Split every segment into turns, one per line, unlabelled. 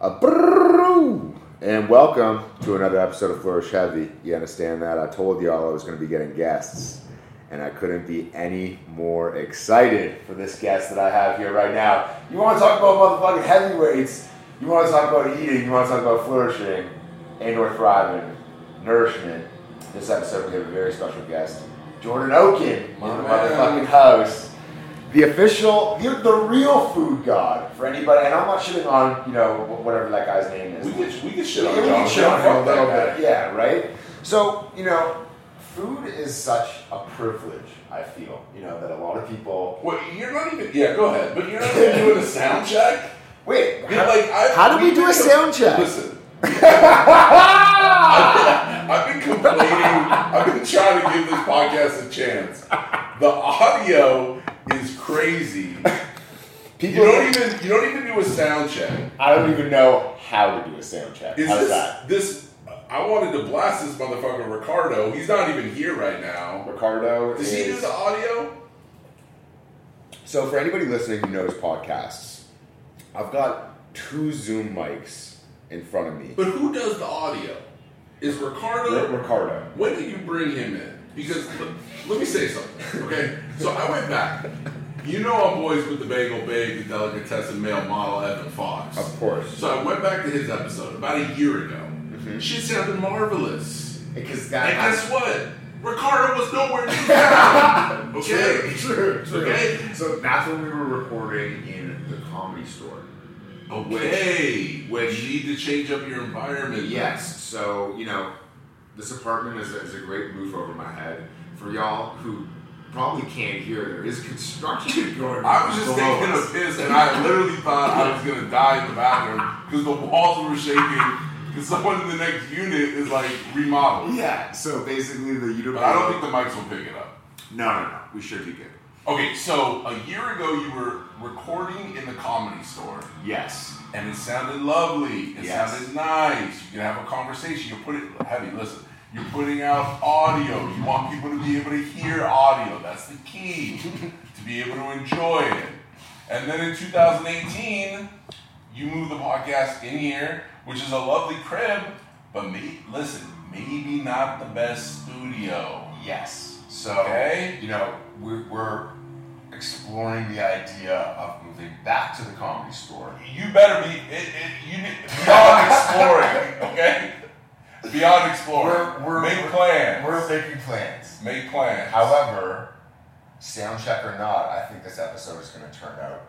A brrrr, and welcome to another episode of Flourish Heavy. You understand that? I told y'all I was going to be getting guests, and I couldn't be any more excited for this guest that I have here right now. You want to talk about motherfucking heavyweights? You want to talk about eating? You want to talk about flourishing and/or thriving, nourishment? This episode we have a very special guest, Jordan Oaken,
My
my
man.
motherfucking host the official, the, the real food god for anybody. And I'm not shitting on you know wh- whatever that guy's name is.
We could we could shit
Yeah,
on
we
John.
can shit on him
Fuck
a little
that
bit. Yeah, right. So you know, food is such a privilege. I feel you know that a lot of people.
guy. Wait, you're not even. Yeah, go ahead. But you're not even doing a sound check.
Wait,
You're like, I,
How do we do a sound check?
Listen. I've been complaining. I've been trying to give this podcast a chance. The audio is crazy. You
people.
don't even you don't even do a sound check.
I don't even know how to do a sound check.
Is
How's
this
that?
this? I wanted to blast this motherfucker Ricardo. He's not even here right now.
Ricardo
Does he
is.
do the audio?
So for anybody listening who knows podcasts, I've got two Zoom mics in front of me.
But who does the audio? Is Ricardo?
Rick Ricardo.
When did you bring him in? Because l- let me say something, okay? So I went back. You know I'm boys with the bagel babe, the delicatessen male model Evan Fox.
Of course.
So I went back to his episode about a year ago.
Mm-hmm.
Shit sounded marvelous.
Because
And
that
guess what? Ricardo was nowhere near that.
true,
Okay?
true, true.
Okay.
So that's when we were recording in the comedy store.
Okay. Which you need to change up your environment.
Yes. So you know, this apartment is a, is a great roof over my head. For y'all who probably can't hear, there is construction going. on
I was just
below
taking
us.
a piss, and I literally thought I was gonna die in the bathroom because the walls were shaking. Because someone in the next unit is like remodeled,
Yeah. So basically, the
but
Utica.
I don't think the mics will pick it up.
No, no, no. We should be good.
Okay, so a year ago you were recording in the comedy store,
Yes.
and it sounded lovely. It
Yes.
sounded nice. You can have a conversation. You're putting heavy. Listen, you're putting out audio. You want people to be able to hear audio. That's the key to be able to enjoy it. And then in 2018, you move the podcast in here, which is a lovely crib. But me, listen, maybe not the best studio.
Yes. So
Okay.
you know, we're, we're exploring the idea of moving back to the comedy store.
You better be it, it, you need- beyond exploring, okay? Beyond exploring.
We're- we're-
Make
we're-
plans.
We're making plans.
Make plans.
However, sound check or not, I think this episode is going to turn out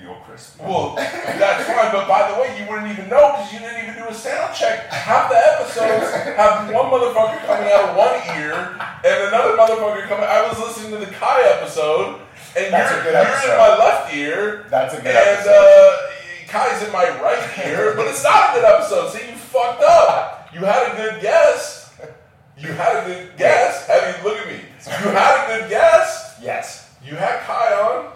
real crispy.
well, that's fine. But by the way, you wouldn't even know because you didn't even do a sound check. Half the episodes have one motherfucker coming out of one ear and another motherfucker coming. I was listening to the Kai episode, and
That's
you're,
a good
you're
episode.
in my left ear,
That's a good
and
episode.
uh, Kai's in my right ear. But it's not a good episode. See, you fucked up. You had a good guess. You had a good guess. Have you look at me? You had a good
uh,
guess.
yes.
You had Kai on,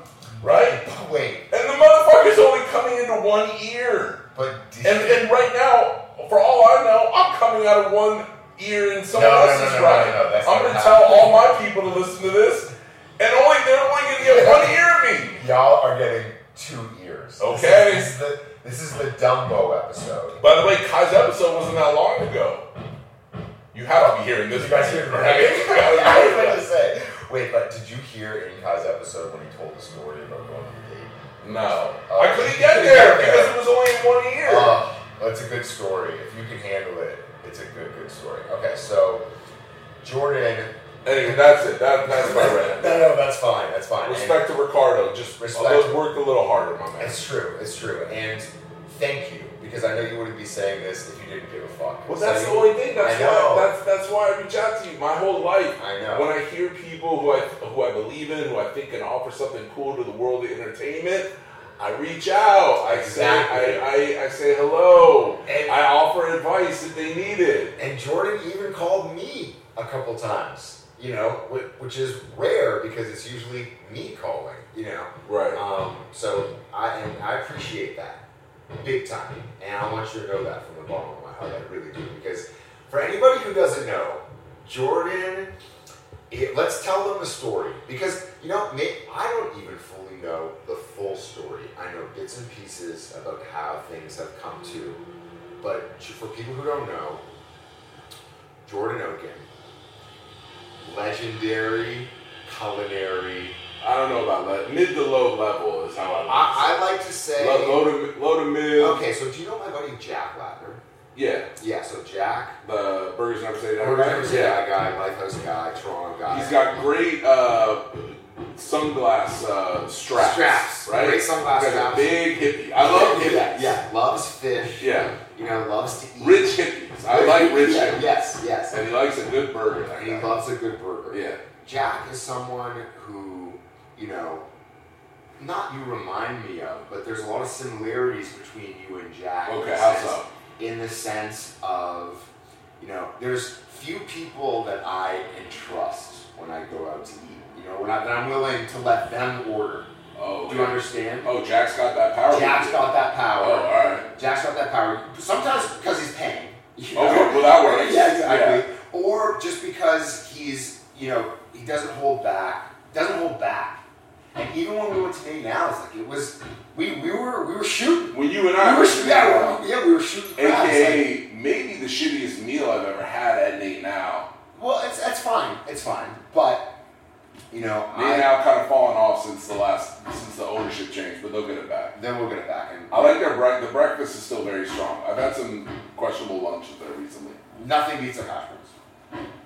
right?
But wait,
And the motherfucker's only coming into one ear.
but did
And, and right now, for all I know, I'm coming out of one ear and someone
No, no, no,
else's
no, no,
right.
no, that's
I'm
not
going to
how-
tell all my people to listen to this, and only they're only going to get one ear of me.
y'all are getting two ears.
Okay.
This is, this is the, this is the Dumbo episode.
By the way, Kai's episode wasn't that long ago. You have to be hearing this.
You guys hear me,
right?
right?
You gotta
I
be
was
hearing
going to
this.
say. Wait, but did you hear in Kai's episode when he told the story about going to the date?
No.
Oh,
I couldn't
you
get
couldn't
there
get
because
there.
it was only in one ear.
Oh, that's a good story. If you can handle it, it's a good, good story. Okay, so Jordan.
anyway, that's it. That, that's my rant.
No, no, that's fine. That's fine. And-
Respect to Ricardo. Just
Respect.
respect. Worked a little harder, my man.
It's true. It's true. And thank you because I know you wouldn't be saying this if you didn't give a fuck.
Well,
So
that's
you-
the only thing. That's
I know.
why. That's that's why I reach out to you my whole life.
I know.
When I hear people who I who I believe in, who I think can offer something cool to the world of entertainment, I reach out. I
Exactly.
say I, I, I say hello.
And-
I offer advice if they need it.
And Jordan even called me a couple times. You know, whi- which is rare because it's usually me calling. You know.
Right.
Um, so I and I appreciate that big time, and I want you to know that from the bottom of my heart. I really do because for anybody who doesn't know, Jordan, it, let's tell them the story because you know Nick, I don't even fully know the full story. I know bits and pieces about how things have come to, but j- for people who don't know, Jordan Oaken, legendary culinary.
I don't know about that. Mid to low level is how I.
I, I like to say.
low, low to low to mid.
Okay, so do you know my buddy Jack Latner?
Yeah,
Yeah, so Jack
the burgers never say that.
We're
right?
gonna say that guy, Lifehouse guy, Toronto guy.
He's got great uh, sunglass uh, straps.
Straps,
right?
great sunglass
He's
straps.
got a big hippie. I love hippies.
Yeah, yeah, loves fish.
Yeah.
You know, loves to eat.
Rich hippies. I like rich
Yeah,
hippies.
Yes, yes.
And he likes a good burger. that
And he
guy.
loves a good burger.
Yeah.
Jack is someone who, you know, not you remind me of, but there's a lot of similarities between you and Jack. in
Okay,
the
how
sense-
so?
In the sense of, you know, there's few people that I entrust when I go out to eat. You know, when I, that I'm willing to let them order.
Oh,
Do you
okay.
understand?
oh, Jack's got that power.
Jack's got that
Oh,
power.
all right.
Jack's got that power. Sometimes because he's paying. You know?
Okay, well that works.
Yeah, exactly. Or just because he's, you know, he doesn't hold back. Doesn't hold back. And even when we went to Nate Allen's, like it was, we, we were we were shooting.
Yeah. When you and
We
I
were shooting. Yeah, we were, yeah, we were shooting. crabs, like-
AKA maybe the shittiest meal I've ever had at Nate Now.
well, it's that's fine. It's fine. But you know,
Nate
I,
Now kind of fallen off since the last since the ownership change, but they'll get it back.
then we'll get it back. And
I like their breakfast. The breakfast is still very strong. I've had some questionable lunches there recently.
nothing beats a hash browns.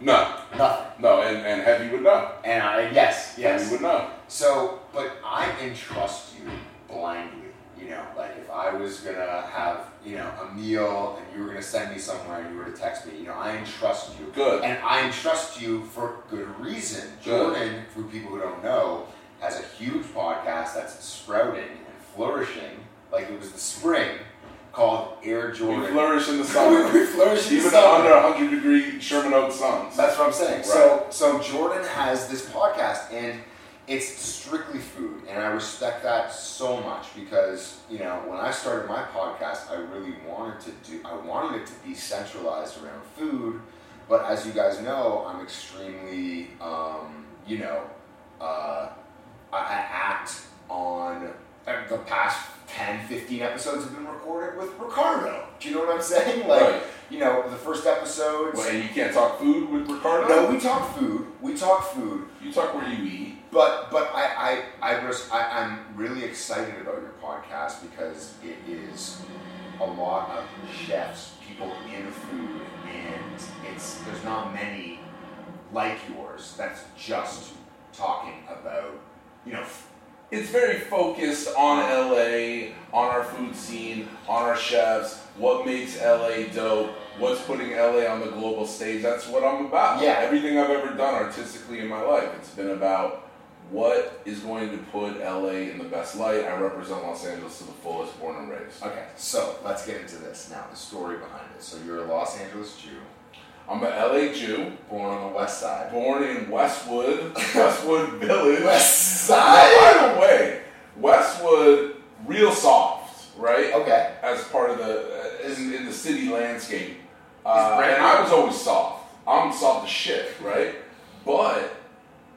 No,
Nothing.
no, and, and Heavy would know.
And I, yes, yes.
Heavy would know.
So, but I entrust you blindly. You know, like if I was gonna have you know a meal and you were gonna send me somewhere and you were to text me, you know, I entrust you.
Good.
And I entrust you for good reason.
Good.
Jordan, for people who don't know, has a huge podcast that's sprouting and flourishing like it was the spring, called Air
We
Jordan.
flourish in the summer.
We- we flourish in the
Even
summer.
under 100 degree Sherman Oaks suns.
That's what I'm saying. So so Jordan has this podcast and it's strictly food and I respect that so much because, you know, when I started my podcast, I really wanted to do I wanted it to be centralized around food, but as you guys know, I'm extremely um, you know, uh, I, I act on uh, the past 10, 15 episodes have been recorded with Ricardo. Do you know what I'm saying? Like,
Right.
you know, the first episodes.
Well, and you can't talk food with Ricardo.
No, we talk food. We talk food.
You talk where you eat.
But but I I, I, res- I I'm really excited about your podcast because it is a lot of chefs, people in food, and it's there's not many like yours that's just talking about you know f-
It's very focused on LA, on our food scene, on our chefs, what makes LA dope, what's putting LA on the global stage. That's what I'm about.
Yeah.
Everything I've ever done artistically in my life, it's been about what is going to put LA in the best light. I represent Los Angeles to the fullest, born and raised.
Okay, so let's get into this now. The story behind it. So you're a Los Angeles Jew,
I'm a LA Jew,
born on the West Side.
born in Westwood, Westwood Village.
West
By the way, Westwood, real soft, right?
Okay.
as part of the uh, in, in the city landscape.
He's
Uh,
brand
and
new.
I was always soft. I'm soft as shit, right? But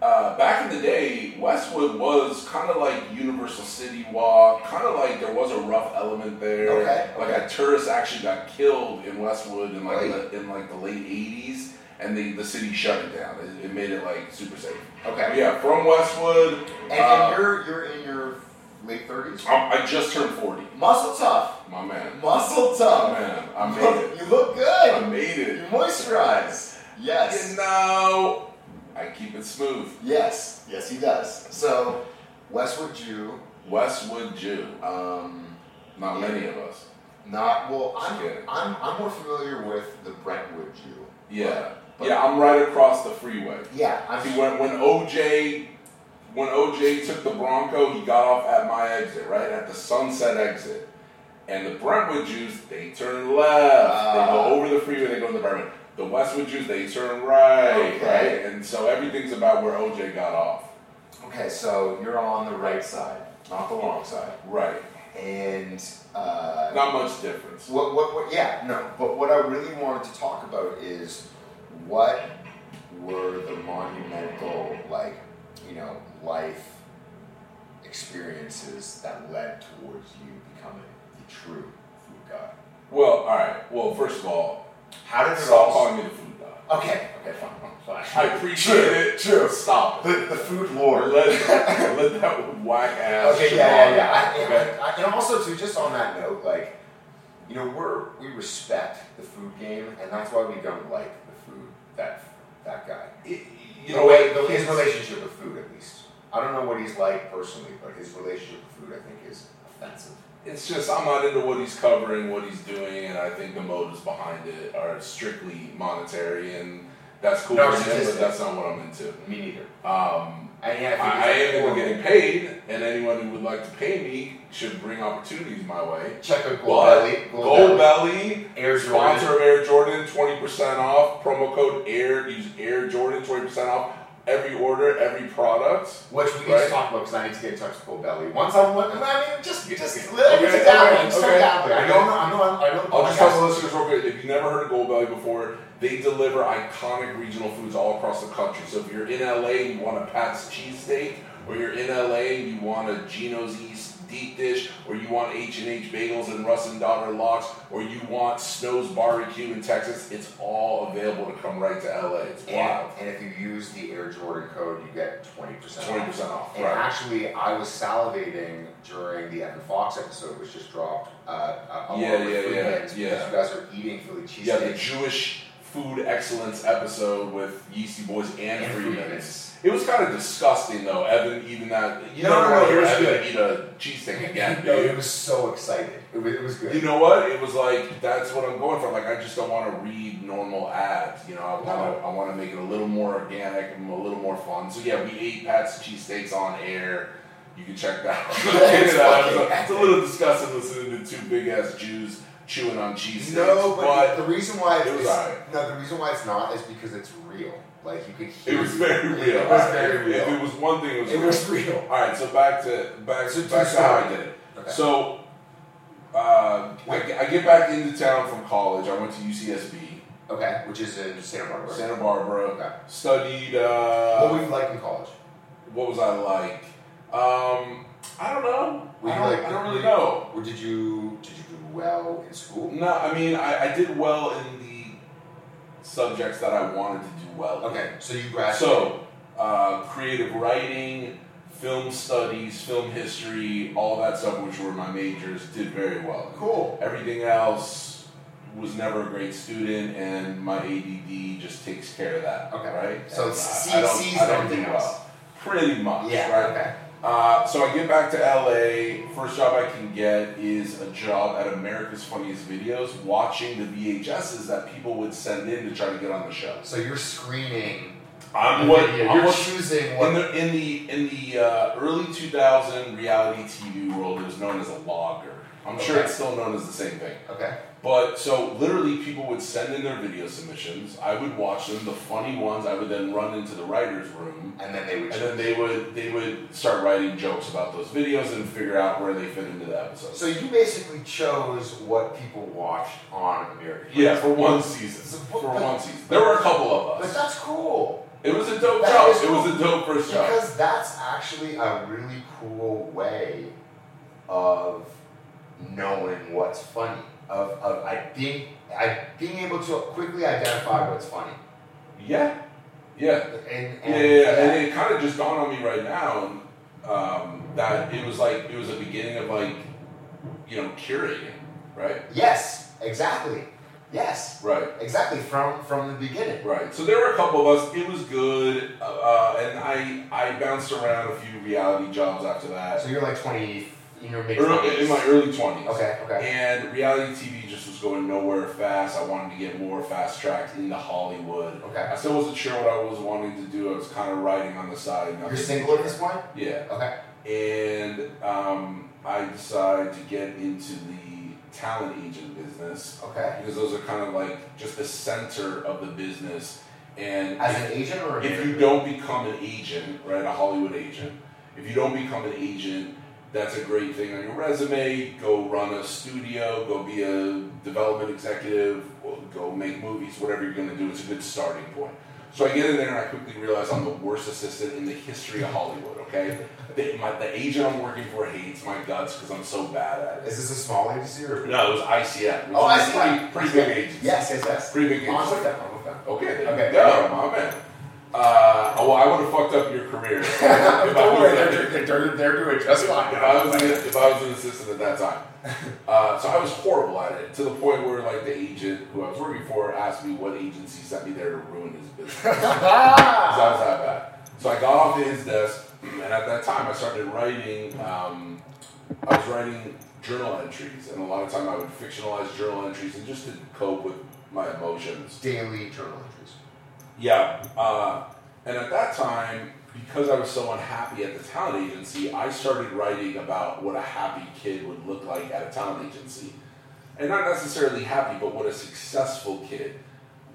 uh, back in the day, Westwood was kind of like Universal City Walk. Kind of like there was a rough element there.
Okay,
Like
okay.
a tourist actually got killed in Westwood in like
Right.
the, in like the late '80s, and the the city shut it down. It, it made it like super safe.
Okay.
Yeah, from Westwood.
And,
uh,
and you're you're in your late thirties.
I'm- I just turned 40.
Muscle tough.
My man.
Muscle
My
tough.
man. I
you,
made it.
look, you look
I
good.
made
You
it.
moisturize.
You
Yes.
know, I keep it smooth.
Yes. Yes, he does. So, Westwood Jew,
Westwood Jew. Um, not many of us.
not well. I'm
Yeah.
I'm, I'm more familiar with the Brentwood Jew.
Yeah,
But-
yeah. I'm right across the freeway.
Yeah.
I
I'm
mean, when when OJ when OJ took the Bronco, he got off at my exit, right at the Sunset exit. And the Brentwood Jews, they turn left. they
Ah.
go over the freeway. They go in the Brentwood. The Westwood Jews, they turn right,
Okay.
right. And so everything's about where OJ got off,
okay. So you're on the right side, not the wrong side,
right.
and. Uh,
Not much difference.
What, what, what, yeah, no, but what I really wanted to talk about is what were the monumental, like, you know, life experiences that led towards you becoming the true food guy?
Well, all right. Well, first of all,
How did it
stop
all?
calling me the food guy.
Okay, okay, fine, fine.
I appreciate it.
True.
Stop it.
The, the food lord.
Let, let that whack ass.
Okay,
shit
yeah, yeah,
on.
yeah. I,
Okay?
and- I, and also too, just on that note, like, you know, we're we respect the food game, and that's why we don't like the food that that guy.
It-
You
you
know,
know
wait,
what?
his
It's-
relationship with food, at least. I don't know what he's like personally, but his relationship with food, I think, is offensive.
It's just I'm not into what he's covering, what he's doing, and I think the motives behind it are strictly monetary, and that's cool
No,
for him,
statistic.
but that's not what I'm into.
Me neither.
Um,
And
I,
yeah, I, think
I am
it's
into
like
getting
horrible.
paid, and anyone who would like to pay me should bring opportunities my way.
Check out Gold
But
Belly. Gold,
Gold
Belly.
Belly
Air Jordan.
Sponsor of Air Jordan, 20% off. Promo code AIR. Use Air Jordan, 20% off every order, every product.
Which we need to
Right.
talk about because I need to get in touch with Cole Belly. Once I'm looking, I mean, just just
Okay,
let me
okay,
sit down.
okay,
Just
okay.
sit down. I know, I know, I know.
I'll just tell the listeners real quick if you've never heard of Gold Belly before, they deliver iconic regional foods all across the country. So if you're in LA and you want a Pat's cheesesteak, or you're in LA and you want a Gino's East deep dish, or you want H&H bagels and Russ and Daughter locks, or you want Snow's barbecue in Texas, it's all available to come right to LA. It's
And,
wild.
and if you use the Air Jordan code, you get 20% off.
20% off.
And
Right.
actually, I was salivating during the Evan Fox episode, which just dropped. Uh, uh, along
Yeah,
with
yeah, yeah,
Freeman's,
yeah.
Because you guys are eating Philly cheesesteak.
Yeah, the Jewish food excellence episode with Yeasty Boys and,
And
Freeman.
Freeman's.
It was kind of disgusting though, Evan. Even that you
No,
never
no, no,
want to hear
it was good.
Evan eat a cheesesteak again,
no,
dude.
it was so excited. It was, it was good.
You know what? It was like that's what I'm going for. Like I just don't want to read normal ads. You know, I want to I want to make it a little more organic and a little more fun. So yeah, we ate Pat's cheesesteaks on air. You can check that. out.
That's
Check that out. It's,
fucking
a, it's a little disgusting listening to two big ass Jews chewing on cheesesteaks.
no, but,
but
the the reason why it's,
it was alright.
no, the reason why it's not is because it's real. Like you could hear
It was very
It
real.
was
If-
very
if,
real.
it was one thing, it was.
It was real.
All right, so back to back,
So,
back
so
to how I
sorry.
did it.
Okay.
So, uh, I, get- I get back into town from college. I went to UCSB,
Okay, which is in Santa Barbara.
Santa Barbara.
Okay.
Studied. Uh,
what were you like in college?
what was I like? Um, I don't know.
Were
I
you
don't,
like
I don't
were
really
you-
know.
Or did you did you do well in school?
No, I mean, I, I did well in the subjects that I wanted to do well. in.
Okay, so you graduated.
So, uh, creative writing, film studies, film history, all that stuff, which were my majors, did very well.
cool.
Everything else was never a great student, and my ADD just takes care of that.
Okay.
Right?
So
And
C-
I, I don't,
C's
I don't
everything
do
else.
well. Pretty much.
Yeah.
Right?
Okay.
Uh, so I get back to LA. First job I can get is a job at America's Funniest Videos, watching the VHSs that people would send in to try to get on the show.
So you're screening.
I'm
the
what
video.
I'm
you're
what
choosing what.
in the in the in the uh, early 2000 reality TV world, it was known as a logger. I'm sure
Okay.
it's still known as the same thing.
okay.
But so literally, people would send in their video submissions. I would watch them. The funny ones, I would then run into the writers' room,
And then they would.
and then they would they would start writing jokes about those videos and figure out where they fit into the episode.
so you basically chose what people watched on American.
yeah,
Idol.
for one season.
So-
For one season, there were a couple of
But
us.
that's cool
It was a dope
That
job.
is
It was a dope first job.
because that's actually a really cool way of knowing what's funny. Of of I being I being able to quickly identify what's funny.
Yeah, yeah.
And, and,
Yeah, yeah, yeah. and it kind of just dawned on me right now um, that it was like it was the beginning of like you know curating, right?
Yes, exactly. Yes,
Right,
exactly. From from the beginning.
right. So there were a couple of us. It was good, uh, and I I bounced around a few reality jobs after that.
So you're like 20 in your mid
Early, in my early twenties.
Okay, okay.
And reality TV just was going nowhere fast. I wanted to get more fast tracked into Hollywood.
Okay.
I still wasn't sure what I was wanting to do. I was kind of riding on the side.
You're single at this point?
Yeah.
Okay.
and um, I decided to get into the talent agent business
Okay.
because those are kind of like just the center of the business. And
As
if,
an agent or a
if you
manager?
don't become an agent, right, a Hollywood agent, if you don't become an agent, that's a great thing on your resume. Go run a studio, go be a development executive, or go make movies, whatever you're going to do. It's a good starting point. So I get in there and I quickly realize I'm the worst assistant in the history of Hollywood, okay? the, my, the agent I'm working for hates my guts because I'm so bad at it.
Is this a small agency or?
No, it was ICF. It was
Oh,
a
I see.
Pretty, pretty big agency.
Yes, yes, yes.
Pretty big agency.
I'm with that. I'm with that.
Okay, there
Okay.
you go, my man. Uh, oh, well, I would have fucked up your career. if I was
Don't worry,
there.
they're, they're, they're, they're doing just fine.
If I was an, if I was an assistant at that time, uh, so I was horrible at it to the point where like the agent who I was working for asked me what agency sent me there to ruin his business. 'Cause I was that bad. So I got off to his desk, and at that time I started writing. Um, I was writing journal entries, and a lot of time I would fictionalize journal entries and just to cope with my emotions.
Daily journal entries.
Yeah. Uh, and at that time, because I was so unhappy at the talent agency, I started writing about what a happy kid would look like at a talent agency. And not necessarily happy, but what a successful kid.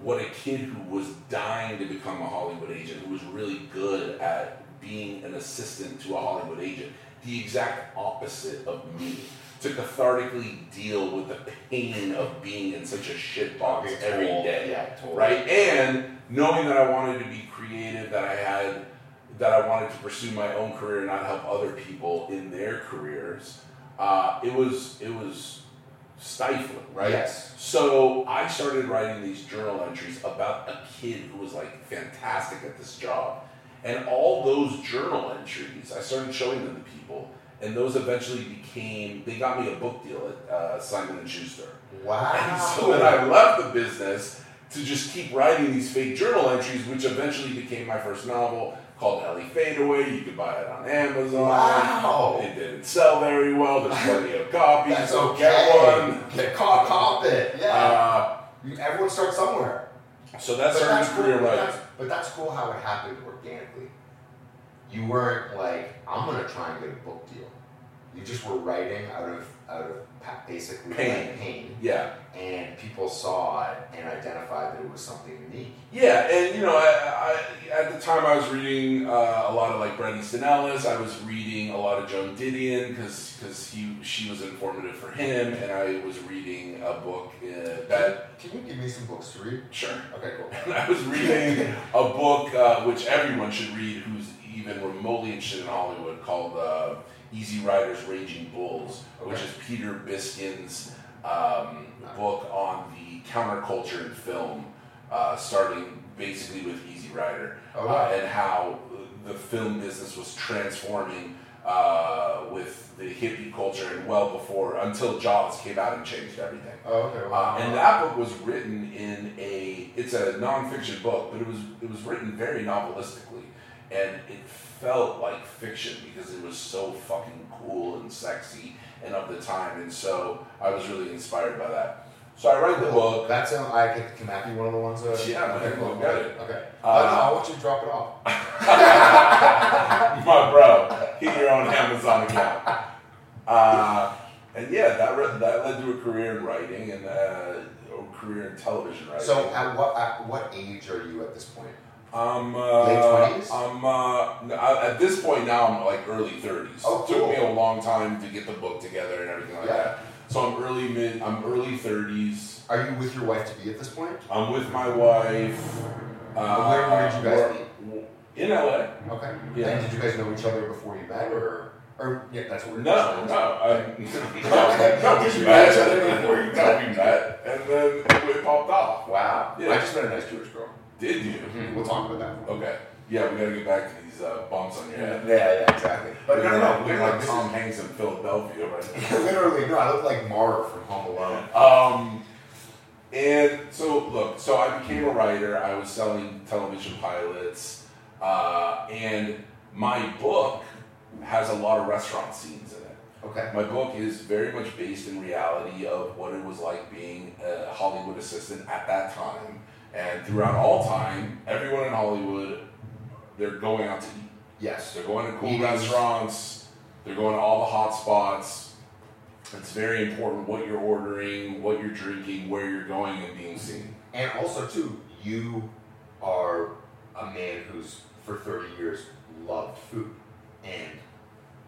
What a kid who was dying to become a Hollywood agent, who was really good at being an assistant to a Hollywood agent. The exact opposite of me. To cathartically deal with the pain of being in such a shit box
Being
every
told,
day
yeah, told.
right? And knowing that I wanted to be creative, that I had, that I wanted to pursue my own career and not help other people in their careers, uh, it was it was stifling, right?
Yes.
So I started writing these journal entries about a kid who was like fantastic at this job, and all those journal entries, I started showing them to people, and those eventually became they got me a book deal at uh, Simon and Schuster. And
Wow.
so then I left the business to just keep writing these fake journal entries, which eventually became my first novel called Ellie Fadeaway. You could buy it on Amazon.
Wow.
It didn't sell very well. There's plenty of copies.
That's
so
okay.
get one.
Get caught, cop it. Yeah.
Uh,
Everyone starts somewhere.
so that's
but
started
that's
my
cool.
career
but
writing.
that's, but that's cool how it happened organically. You weren't like, I'm gonna try and get a book deal. You just were writing out of out of pa- basically
Pain.
Like pain,
Yeah.
and people saw it and identified that it was something unique.
Yeah, and you know, I, I, at the time I was reading uh, a lot of like Bret Easton Ellis. I was reading a lot of Joan Didion because he she was informative for him, and I was reading a book uh, that
Can you give me some books to read?
sure.
Okay, cool.
And I was reading a book uh, which everyone should read who's even remotely interested in Hollywood called uh, Easy Riders Raging Bulls, which
Okay.
is Peter Biskin's um, book on the counterculture in film, uh, starting basically with Easy Rider
Oh,
uh,
wow.
and how the film business was transforming uh, with the hippie culture and well before until Jaws came out and changed everything.
Oh, okay.
Uh, and that book was written in a it's a nonfiction book, but it was it was written very novelistically, and it felt like fiction because it was so fucking cool and sexy and of the time, and so I was really inspired by that. So I write the
Well,
book.
that's um, I can, can that be one of the ones that?
Yeah,
okay,
man,
cool.
we've got it.
Okay,
Uh,
uh, no, I want you to drop it off.
My bro, hit your own Amazon account. Uh, and yeah, that re- that led to a career in writing and uh, a career in television writing.
So, at what at what age are you at this point?
I'm uh,
Late 20s?
I'm uh, I, at this point now I'm like early thirties.
Oh,
Took
cool.
me a long time to get the book together and everything like
Yeah.
that. So I'm early mid. I'm early thirties.
Are you with your wife to be at this point?
I'm with my wife. Uh,
where- where did you guys
we're- In LA.
Okay.
Yeah.
And did you guys know each other before you met, or or yeah, that's what
No,
we're
no, I, no, no.
Did
We
you
met
meet each other before you
No, we met, and then it popped off.
Wow.
Yeah.
I just met a nice Jewish girl. Hmm,
Did you?
We'll talk about that.
Okay. Yeah, we gotta get back to these uh, bumps on your head.
Yeah, yeah, exactly. But no, no, no.
we're
We're
like
like
Tom Hanks in Philadelphia right now.
literally, no. I look like Mara from Home Alone.
Um, and so, look, so I became a writer. I was selling television pilots, uh, and my book has a lot of restaurant scenes in it.
Okay.
My book is very much based in reality of what it was like being a Hollywood assistant at that time, and throughout all time, everyone in Hollywood, they're going out to eat.
Yes.
They're going to cool
Meetings.
restaurants. They're going to all the hot spots. It's very important what you're ordering, what you're drinking, where you're going, and being seen.
And also, too, you are a man who's for 30 years loved food. And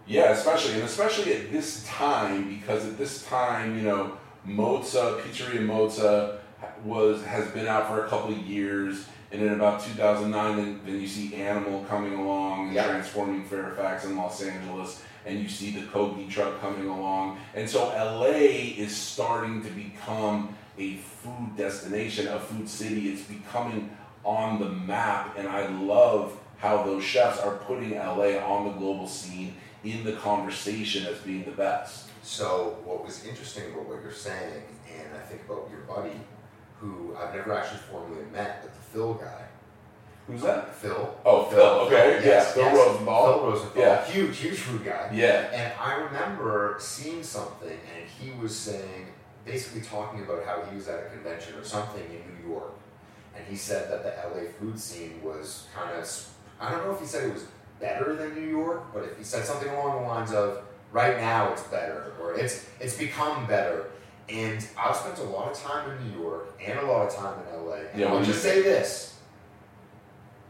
Yeah, especially and especially at this time because at this time, you know, Moza Pizzeria Moza was has been out for a couple of years. And in about 2009, then, then you see Animal coming along and
Yeah.
transforming Fairfax and Los Angeles, and you see the Kobe truck coming along. And so LA is starting to become a food destination, a food city. It's becoming on the map, and I love how those chefs are putting LA on the global scene in the conversation as being the best.
So what was interesting about what you're saying, and I think about your buddy, who I've never actually formally met, but the Phil guy.
Who's that?
Phil.
Oh, Phil, okay, yeah, Phil Rosenthal.
Phil Rosenthal.
Yeah.
Huge, huge food guy.
Yeah.
And I remember seeing something, and he was saying, basically talking about how he was at a convention or something in New York, and he said that the LA food scene was kind of, I don't know if he said it was better than New York, but if he said something along the lines of, right now it's better, or it's it's become better. And I've spent a lot of time in New York and a lot of time in LA. And
Yeah,
I'll
what do you
just say this.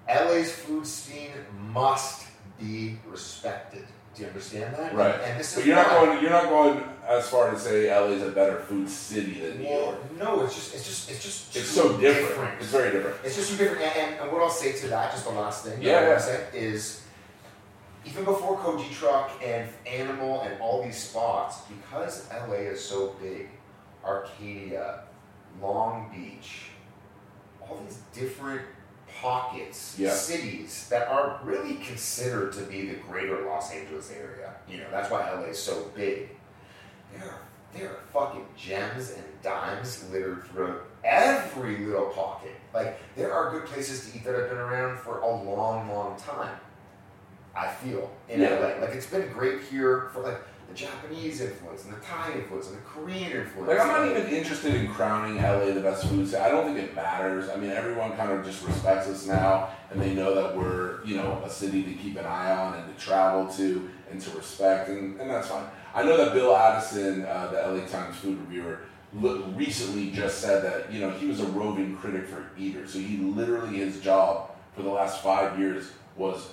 LA's food scene must be respected. Do you understand that?
Right.
And this
But
is
you're not
why-
going. You're not going as far to say LA is a better food city than New
Well,
York.
no, it's just it's just it's just
It's so different. It's very different.
It's just too different. And, and, and what I'll say to that, just the last thing
Yeah,
that I
yeah.
want to say is even before Koji Truck and Animal and all these spots, because LA is so big, Arcadia, Long Beach, all these different pockets,
Yeah.
cities that are really considered to be the greater Los Angeles area. You know, that's why LA is so big. There are, there are fucking gems and dimes littered throughout every little pocket. Like, there are good places to eat that have been around for a long, long time. I feel in
Yeah.
LA. Like, it's been great here for like the Japanese influence and the Thai influence and the Korean influence.
Like I'm not even interested in crowning LA the best food city. I don't think it matters. I mean, everyone kind of just respects us now, and they know that we're you know a city to keep an eye on and to travel to and to respect, and, and that's fine. I know that Bill Addison, uh, the LA Times food reviewer, l- recently just said that you know he was a roving critic for Eater, so he literally his job for the last five years was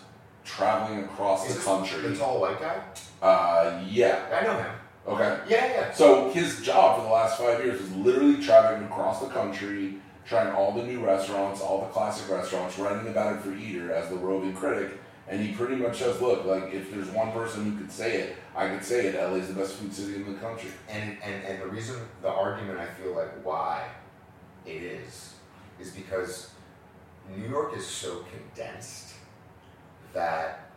traveling across
Is
the
this
country.
The tall white guy?
Uh, yeah.
I know him.
Okay.
Yeah, yeah.
So his job for the last five years was literally traveling across the country, trying all the new restaurants, all the classic restaurants, writing about it for Eater as the roving critic. And he pretty much says, "Look, like if there's one person who could say it, I could say it. LA's the best food city in the country."
and, and and the reason the argument I feel like why it is is because New York is so condensed that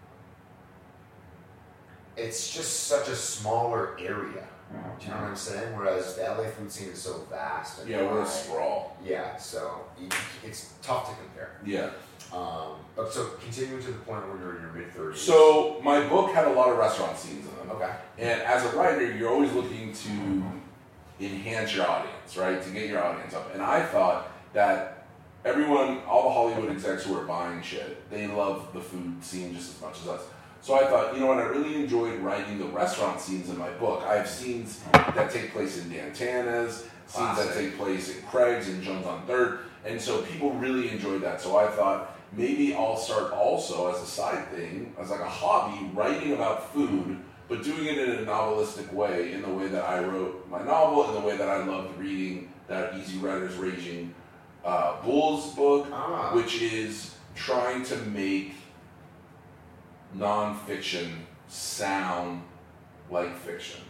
it's just such a smaller area. Do you know what I'm saying? Whereas the LA food scene is so vast. And
Yeah, we're a
wide.
sprawl.
Yeah, so you- it's tough to compare.
Yeah.
Um, but so continuing to the point where you're in your mid 30s.
So my book had a lot of restaurant scenes in them.
okay,
And as a writer, you're always looking to enhance your audience, right? To get your audience up. And I thought that everyone, all the Hollywood execs who are buying shit, they love the food scene just as much as us. So I thought, you know what, I really enjoyed writing the restaurant scenes in my book. I have scenes that take place in Dantana's, scenes that
Classic.
take place at Craig's and Jones on Third. And so people really enjoyed that. So I thought maybe I'll start also as a side thing, as like a hobby, writing about food, but doing it in a novelistic way, in the way that I wrote my novel, in the way that I loved reading that Easy Riders Raging uh, Bulls book,
Ah.
which is trying to make nonfiction sound like fiction,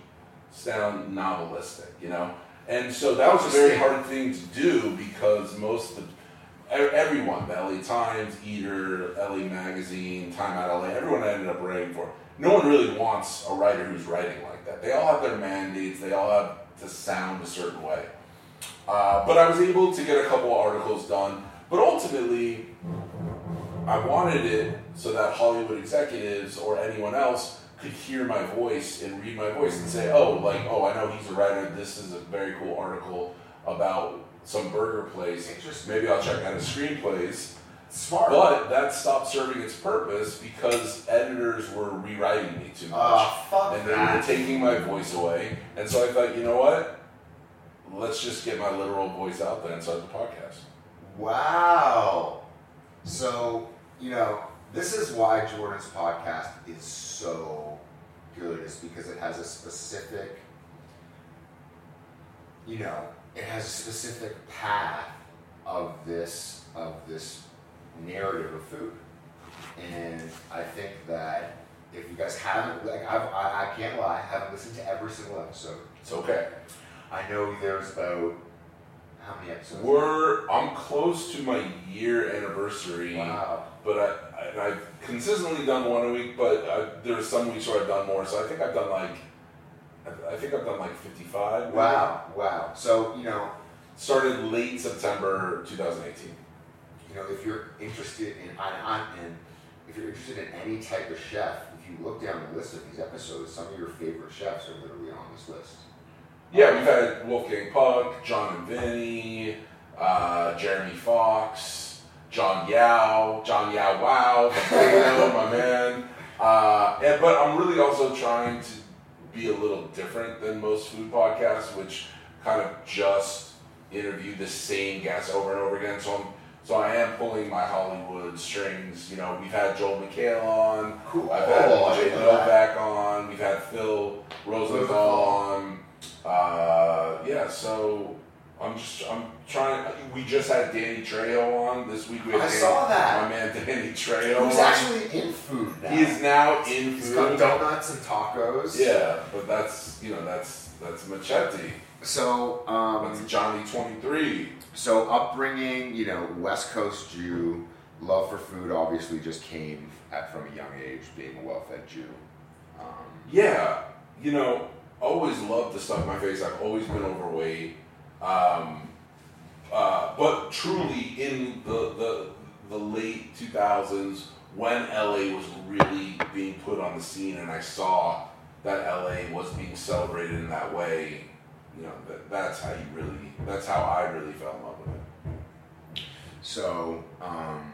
sound novelistic, you know? And so that was a very hard thing to do because most of the, e- everyone, the LA Times, Eater, LA Magazine, Time Out LA, everyone I ended up writing for, no one really wants a writer who's writing like that. They all have their mandates, they all have to sound a certain way. Uh, but I was able to get a couple articles done. But ultimately, I wanted it so that Hollywood executives or anyone else could hear my voice and read my voice and say, oh, like, oh, I know he's a writer. This is a very cool article about some burger place.
interesting.
Maybe I'll check out his screenplays.
Smart.
But that stopped serving its purpose because editors were rewriting me too much
Ah, fuck
and they
that.
were taking my voice away. And so I thought, you know what? Let's just get my literal voice out there inside the podcast.
Wow. So, you know, this is why Jordan's podcast is so good, is because it has a specific, you know, it has a specific path of this of this narrative of food. And I think that if you guys haven't, like, I've, I, I can't lie, I haven't listened to every single episode.
It's okay.
I know there's about how many episodes?
We're I'm close to my year anniversary,
Wow.
but I, I and I've consistently done one a week. But I, there's some weeks where I've done more. So I think I've done like I, I think I've done like 55. maybe.
Wow.
Wow. So you know,
Started late September 2018.
You know, if you're interested in, I, I, and if you're interested in any type of chef, if you look down the list of these episodes, some of your favorite chefs are literally on this list.
Yeah, we've had Wolfgang Puck, John and Vinny, uh, Jeremy Fox, John Yao, John Yao Wow, Potato, my man. Uh, and, but I'm really also trying to be a little different than most food podcasts, which kind of just interview the same guests over and over again. So I'm so I am pulling my Hollywood strings. You know, we've had Joel McHale on.
Oh, Cool.
I've had
I
Jay
love
Novak on. We've had Phil Rosenthal on. Uh, yeah, so I'm just I'm trying. We just had Danny Trejo on this week. We had
I
Dan-
saw that.
My man Danny Trejo.
Who's
on.
actually in food now?
He is now in
He's got
food.
donuts and tacos.
Yeah, but that's you know that's that's Machete.
So, um,
That's Johnny Twenty Three.
so upbringing, you know, West Coast Jew, love for food obviously just came at, from a young age, being a well-fed Jew. Um,
Yeah, you know, always loved to stuff my face. I've always been overweight, um, uh, but truly in the the, the late two thousands when LA was really being put on the scene, and I saw that LA was being celebrated in that way. You know, that, that's how you really. That's how I really fell in love with it.
So, um,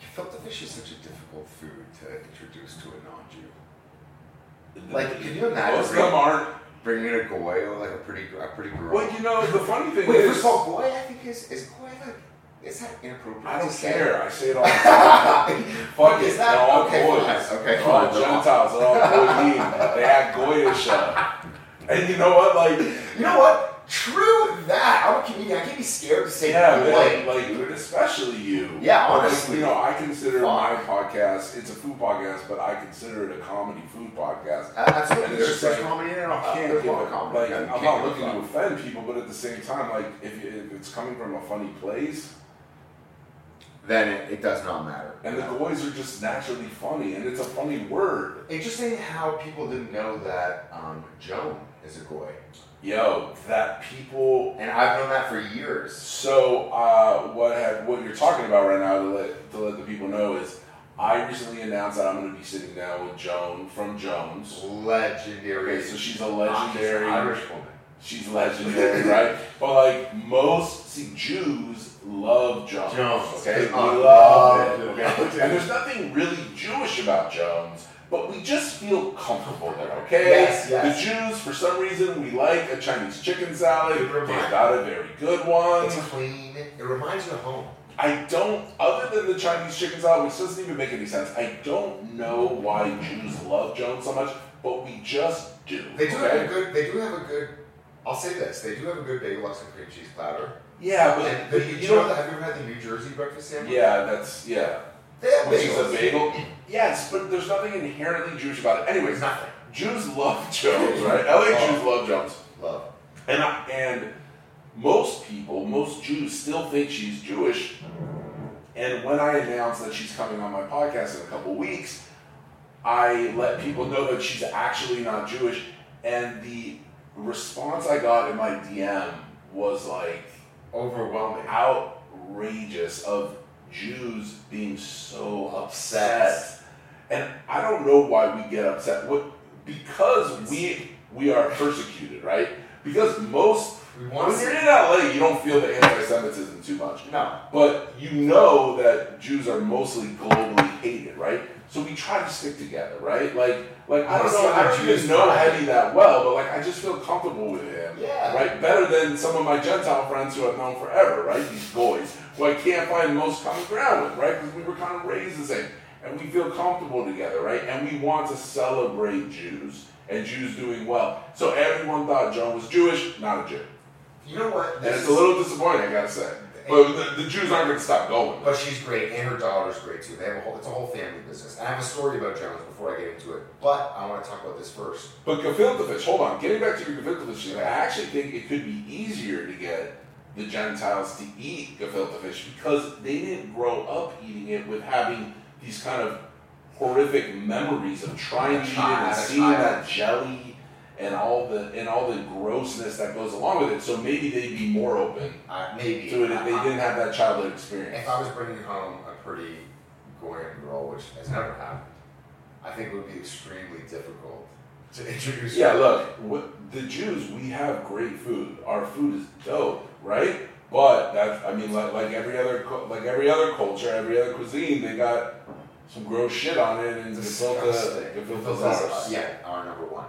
gefilte fish is such a difficult food to introduce to a non-Jew. Like, can you imagine
Most of
bringing-
them aren't.
Bringing in a goy or like a pretty, a pretty girl.
Well, you know, the funny thing
Wait,
is,
first of all, goy I think is is goy like is that inappropriate?
I
to
don't
say?
care. I say it all the time. Fuck
Is
it.
that-
They're all
okay,
boys.
fine. Okay,
They're all
fine. They're all-
Gentiles. They're all Goyim. They have Goyish. And you know what? Like,
You know what? True that. I'm a comedian. I can't be scared to say
yeah,
goy.
man, like, especially you.
Yeah,
Like,
honestly.
you know, I consider
Fuck.
my podcast. It's a food podcast, but I consider it a comedy food podcast.
Uh, that's what
And
there's
it's
just
like,
comedy in it.
I can't
Uh, There's a
give
lot
a
of comedy.
like
Yeah, you
I'm
can't
not
give a
looking to
fuck.
offend people, but at the same time, like if, if it's coming from a funny place,
Then it, it does not matter.
and the goys are just naturally funny, and it's a funny word.
Interesting how people didn't know that um, Joan is a goy,
Yo, that people
and I've known that for years.
So uh, what have, what you're talking about right now to let to let the people know is I recently announced that I'm going to be sitting down with Joan from Jones.
legendary.
Okay, so she's a legendary.
Ah, Irish woman.
She's legendary, right? But like most see, Jews love Jones.
Jones.
Okay, we
They
love it.
love
okay? And there's nothing really Jewish about Jones. But we just feel comfortable there, okay?
Yes, yes.
The Jews, for some reason, we like a Chinese chicken salad.
It reminds-
They've got a very good one.
It's clean. It reminds you of home.
I don't, other than the Chinese chicken salad, which doesn't even make any sense, I don't know why Jews love Jones so much, but we just do.
They do have
okay?
a good. They do have a good. I'll say this. They do have a good bagel lox and cream cheese platter.
Yeah,
And
but
the,
you,
you
you
know,
know,
the, have you ever had the New Jersey breakfast sandwich?
yeah, that's, yeah.
They have
Which is
bagels.
a bagel. Yes, but there's nothing inherently Jewish about it. Anyways,
It's nothing.
Jews love Jones, right? LA Jews love Jones.
Love.
And I, and most people, most Jews still think she's Jewish. And when I announce that she's coming on my podcast in a couple weeks, I let people know that she's actually not Jewish. And the response I got in my DM was like
Overwhelming.
outrageous of Jews being so upset. And I don't know why we get upset. What because we we are persecuted, right? Because most
We want
when
to
you're
see.
in LA, you don't feel the anti-Semitism too much,
No.
but you know that Jews are mostly globally hated, right? So we try to stick together, right? Like, like I don't know, I don't even know Eddie that well, but like I just feel comfortable with him,
Yeah.
right? Better than some of my Gentile friends who I've known forever, right? These boys who I can't find most common ground with, right? Because we were kind of raised the same, and we feel comfortable together, right? And we want to celebrate Jews and Jews doing well. So everyone thought Joan was Jewish, not a Jew.
You know what?
And
This
it's
is-
a little disappointing, I gotta say. But the, the Jews aren't gonna stop going.
But she's great, and her daughter's great too. They have a whole, it's a whole family business. And I have a story about Jones before I get into it, but I want to talk about this first.
But Gaviltovich, hold on, getting back to your Gaviltovich thing, I actually think it could be easier to get the Gentiles to eat Gaviltovich because they didn't grow up eating it with having these kind of horrific memories of trying to eat it and
Child,
seeing
child.
that jelly and all the and all the grossness that goes along with it. So maybe they'd be more open
Uh, maybe
to it if
I-
they
I-
didn't have that childhood experience.
If I was bringing home a pretty goyim girl, which has never happened, I think it would be extremely difficult to introduce.
Yeah,
her.
look, wh- the Jews, we have great food. Our food is dope, right? But that's, I mean, like, like every other, cu- like every other culture, every other cuisine, they got some gross shit on it, and uh, gefilte,
Disgusting.
gefilte
That's-
ours.
Yeah, our number one.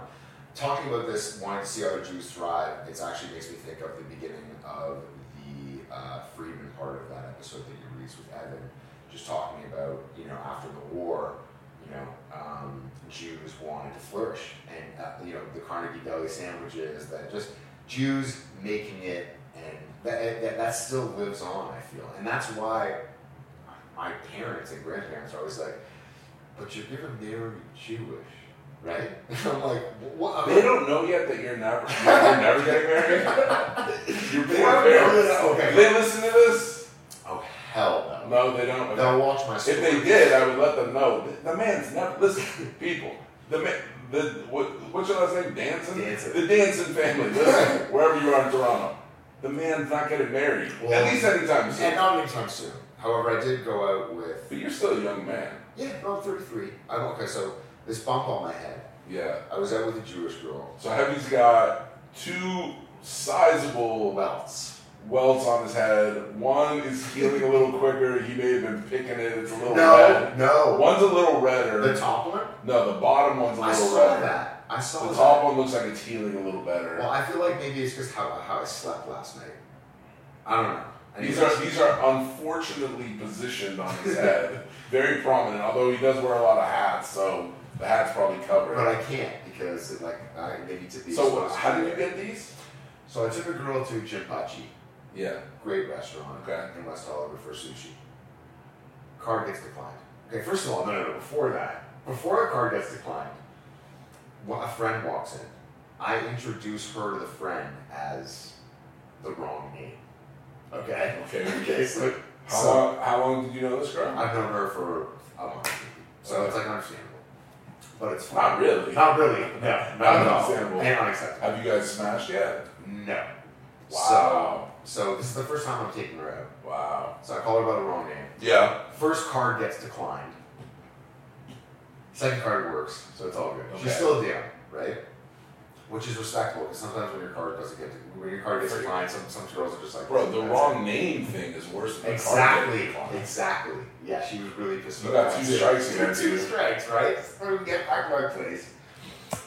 Talking about this, wanting to see other Jews thrive, it actually makes me think of the beginning of the uh, Freedman part of that episode that you released with Evan, just talking about, you know, after the war, you know, um, Jews wanted to flourish. And, uh, you know, the Carnegie Deli sandwiches, that just Jews making it, and that, that, that still lives on, I feel. And that's why my parents and grandparents are always like, but you're never married Jewish, right? I'm like, what?
They don't know yet that you're never, you're never getting married. you're being fair. If
Okay.
they listen to this,
Oh hell no.
no, they don't.
They'll watch my.
If they
stories.
did, I would let them know. The- The man's never listen, people. The man, the what, what's your last name? Danson.
Danson.
The Danson family. Listen, wherever you are in Toronto, the man's not getting married.
Well,
At least anytime soon.
and not anytime soon. However, I did go out with.
but you're still a young man.
Yeah, no, I'm 33. I'm okay. So this bump on my head.
Yeah.
I was out with a Jewish girl.
So Heavy's got two sizable
Welts.
welts on his head. One is healing a little quicker. He may have been picking it. It's a little
No,
red.
no.
One's a little redder.
The top one.
no, the bottom one's a
I
little
saw
redder.
that. I saw
The
that.
top one looks like it's healing a little better.
Well, I feel like maybe it's just how how I slept last night. I don't know.
These
Anyways.
are these are unfortunately positioned on his head, very prominent. Although he does wear a lot of hats, so the hat's probably
But
covered.
I can't because it, like I maybe to be
So
exposed
how
to
did you
it.
get these?
So I took a girl to Jinpachi,
Yeah,
great restaurant
Okay.
in West Oliver for sushi. Card gets declined. Okay, first of all, no, no, no. Before that, before a card gets declined, wh- a friend walks in. I introduce her to the friend as the wrong name. Okay.
okay.
Okay. So,
How
so
long how long did you know this girl?
I've known her for a long time, so it's like understandable, but it's fine.
Not really.
Not really. No, not at all.
Understandable.
And unacceptable.
Have you guys smashed yet?
No.
Wow.
So, so this is the first time I'm taking her out.
Wow.
So I call her by the wrong name.
Yeah.
First card gets declined. Second card works, so it's all good.
Okay.
She's still a DM, right? Which is respectable because sometimes when your card doesn't get when your card gets
Right.
declined, some some girls are just like,
Bro, the
"That's
wrong name thing is worse
it."
than the
Exactly.
Card game.
Exactly. Yeah, she was really pissed.
You
about
got
that.
two strikes
Two-
against
two
you.
strikes, right? So we get back to our place.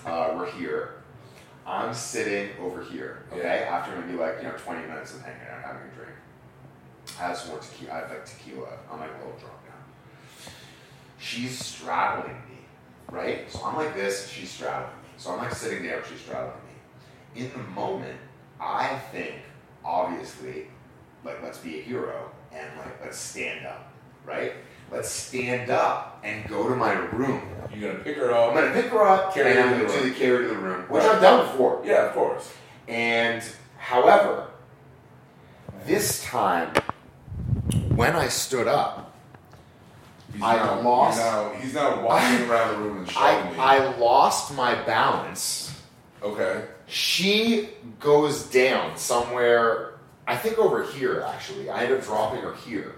Uh, we're here. I'm sitting over here. Okay,
Yeah.
after maybe like you know 20 minutes of hanging out, having a drink. I have some more tequila. I have like tequila. I'm like a little drunk now. She's straddling me, right? So I'm like this. She's straddling me. So I'm like sitting there. She's straddling me. In the moment, I think obviously, like let's be a hero and like let's stand up, right? Let's stand up and go to my room.
You're gonna pick her
I'm
up.
gonna pick her up
Carry
and
her
I'm
to the
gonna do
room.
the carry to the room, which
Right.
I've done before.
Yeah, of course.
And however, this time when I stood up,
He's
I
now,
lost-
He's now, he's now walking around the room and
I,
showing me.
I lost my balance.
okay.
She goes down somewhere, I think over here actually. I end up dropping her here.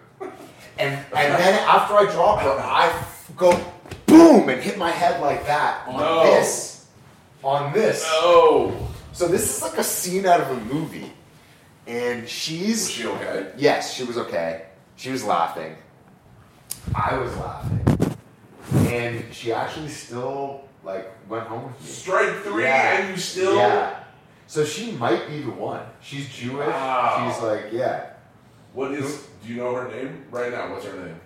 And, and then after I drop her, I f- go boom and hit my head like that on
No.
this. On this.
Oh.
So this is like a scene out of a movie. And she's
Was she okay?
Yes, she was okay. She was laughing. I was laughing. And she actually still like went home with me.
Strike three,
Yeah.
and you still.
Yeah. So she might be the one. She's Jewish.
Wow.
She's like, yeah.
What is? Do you know her name right now? What's her name?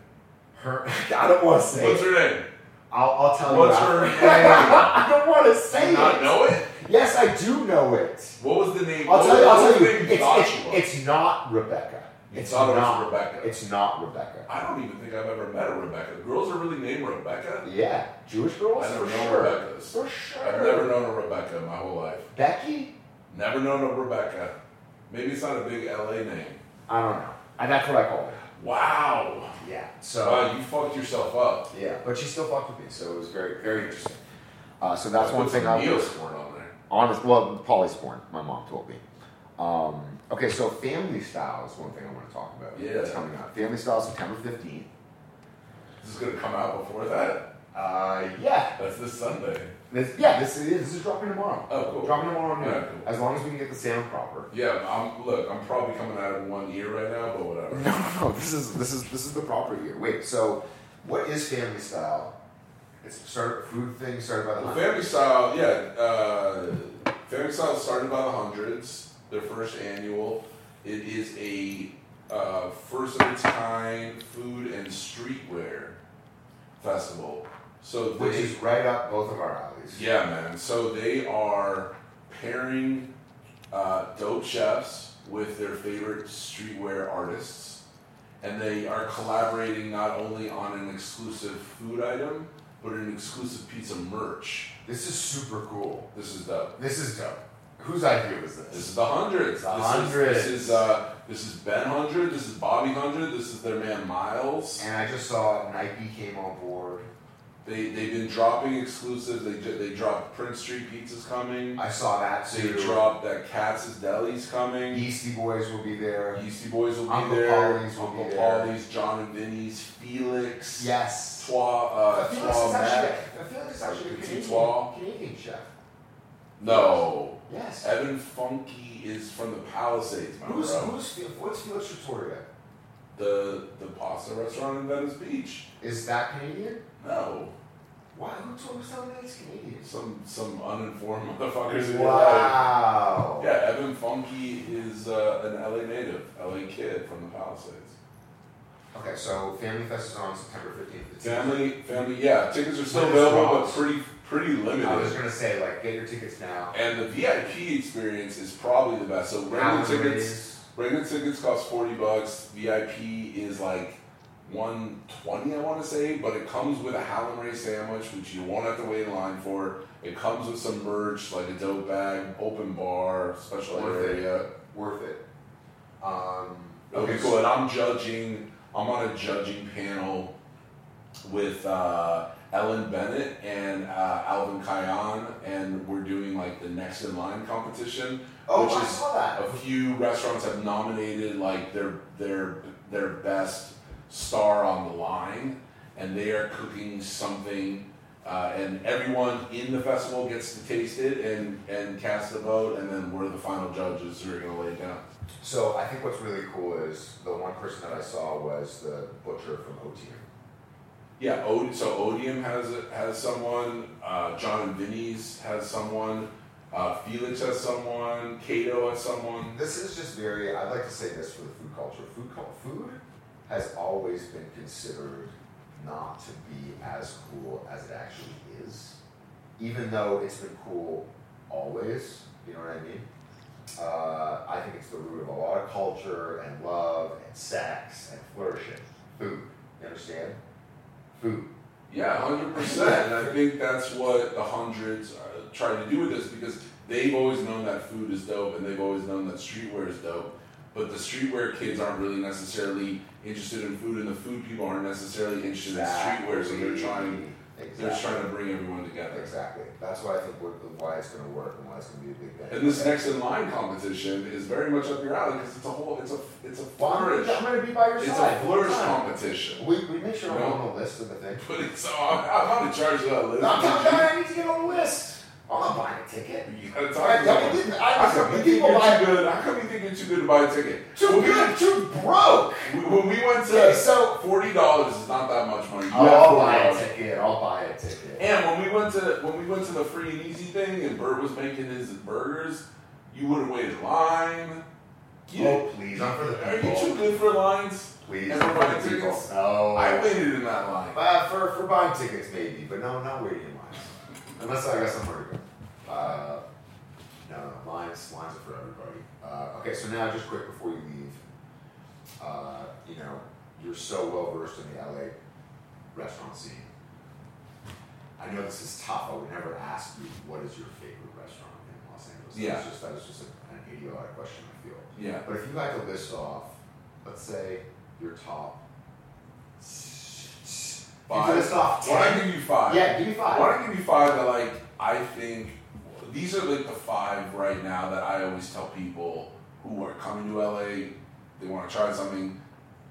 Her I don't wanna say
What's
it.
her name?
I'll, I'll tell
What's
you.
her
after.
name?
I don't wanna say
Do you not
it.
know it?
Yes, I do know it.
What was the name?
I'll
what
tell you, I'll
was
tell you.
the name
It's,
thought
It's not Rebecca.
You
It's
thought it was
not
Rebecca.
It's not Rebecca.
I don't even think I've ever met a Rebecca. The girls are really named Rebecca.
Yeah, Jewish girls.
I never
for
know
sure.
Rebeccas.
For sure.
I've never known a Rebecca in my whole life.
Becky.
Never known a Rebecca. Maybe it's not a big LA name.
I don't know. And that's what I call her.
Wow.
Yeah.
So
Wow, you fucked yourself up.
Yeah.
but she still fucked with me.
So it was very, very interesting.
Uh, so that's
I
one
put
thing
some
I was
Neosporin on there.
honest. Well, polysporin. My mom told me. Um, okay, so family style is one thing I want to talk about.
Yeah.
That's coming up. Family style September fifteenth.
This is gonna come out before that.
Uh, yeah.
That's this Sunday.
This, yeah. This is this is dropping tomorrow.
Oh, cool.
Dropping tomorrow noon.
Yeah, cool.
As long as we can get the sound proper.
Yeah, I'm, look, I'm probably coming out of one ear right now, but whatever.
No, no, no. This is this is this is the proper year. Wait. So
What is family style? It's started food thing started by the
Well,
hunt.
Family Style, yeah. Uh, Family Style started by the hundreds. Their first annual. It is a uh, first of its kind food and streetwear festival. So
which
they,
is right up both of our alleys.
yeah, man. So they are pairing uh, dope chefs with their favorite streetwear artists, and they are collaborating not only on an exclusive food item but an exclusive piece of merch.
This is super cool.
This is the
This is dope. Whose idea was
This
this?
is the hundreds.
The
this
hundreds.
Is, this is uh, this is Ben Hundred. This is Bobby Hundred. This is their man Miles.
And I just saw Nike came on board.
They they've been dropping exclusives. They ju- they dropped Prince Street Pizza's coming.
I saw that
They
too.
dropped that Katz's Deli's coming.
Beastie Boys will be there.
Yeasty Boys will be
Uncle
there.
Paulie's will be
Uncle
there.
Paulie's, John and Vinny's, Felix.
Yes.
Twa, uh, Twa Mac.
I feel like it's actually a
Petit
Canadian,
Trois.
Canadian chef.
No.
Yes.
Evan Funky is from the Palisades, my
Who's,
bro.
who's, Fel- what's Felix Trattoria?
The the pasta restaurant in Venice Beach.
Is that Canadian?
No.
Why? Who told us that it's Canadian?
Some some uninformed motherfuckers. who are
Wow.
like- Yeah, Evan Funky is uh, an LA native, LA kid from the Palisades.
Okay, so Family Fest is on September 15th. It's-
Family, family, yeah. Tickets are still
Tickets
available,
drop.
but pretty pretty
I was
limited.
gonna say, like, get your tickets now.
And the VIP experience is probably the best. So regular
Hourly
tickets,
rates.
regular tickets cost forty bucks. VIP is like one twenty, I want to say, but it comes with a Hallam Ray sandwich, which you won't have to wait in line for. It comes with some merch, like a dope bag, open bar, special
Worth it.
area.
worth it. Um,
Okay,
okay,
cool. And I'm judging. I'm on a judging panel with uh, Ellen Bennett and uh, Alvin Kayan, and we're doing like the next in line competition.
Oh,
which
I
is
saw that.
a few restaurants have nominated like their their their best star on the line, and they are cooking something. Uh, and everyone in the festival gets to taste it and, and cast a vote, and then we're the final judges who are going to lay it down.
So I think what's really cool is the one person that I saw was the butcher from OTM.
Yeah, Od- so Odium has has someone. Uh, John and Vinny's has someone. Uh, Felix has someone. Cato has someone.
This is just very. I'd like to say this for the food culture. Food cul- food has always been considered not to be as cool as it actually is, even though it's been cool always. You know what I mean? Uh, I think it's the root of a lot of culture and love and sex and flourishing. Food. You understand? Food.
Yeah, hundred percent. And I think that's what the hundreds are trying to do with this because they've always known that food is dope and they've always known that streetwear is dope. But the streetwear kids aren't really necessarily interested in food, and the food people aren't necessarily interested in streetwear. So they're trying
Exactly.
they're trying to bring everyone together.
Exactly. That's why I think what, why it's going to work and why it's going to be a big thing.
And this next in line competition is very much up your alley because it's a whole, it's a, it's a
Well, I'm gonna-
flourish,
I'm going to be by your
it's
side.
a
all the
flourish
time.
competition.
We, we make sure I'm
No.
on the list of the thing.
But it's, so I'm, I'm not in charge of that list.
No, I'm not buying. I need to get on the list. I'm not buying a ticket.
You gotta talk
I
to
don't
them.
think
How
I
come
just
you think
people
you're
buy
too good? How come you think you're too good to buy a ticket?
too
When we-
good, too broke.
When we went
Okay,
to
so
forty dollars is not that much money. You have
Oh, I'll buy
$40.
a ticket. I'll buy a ticket.
And when we went to when we went to the free and easy thing, and Bert was making his burgers, you would have waited in line. You-
Oh please, not for the
are you too
people.
good for lines?
Please,
And
not
for
for the people. Oh.
tickets?
No.
I waited in that line.
Uh, for, for buying tickets, maybe, but no, not waiting in line. Unless I got somewhere to go. Uh, No, no, lines, lines are for everybody. Uh, okay, so now just quick before you leave, uh, you know, you're so well versed in the LA restaurant scene. I know this is tough. I would never ask you what is your favorite restaurant in Los Angeles.
Yeah.
That's just that is just a, an idiotic question. I feel.
Yeah.
But if you had to list off, let's say your top. If you
Five.
list off
Why don't I
ten-
give you five?
yeah, give me five.
Why don't I give you five that like I think these are like the five right now that I always tell people who are coming to LA, they want to try something.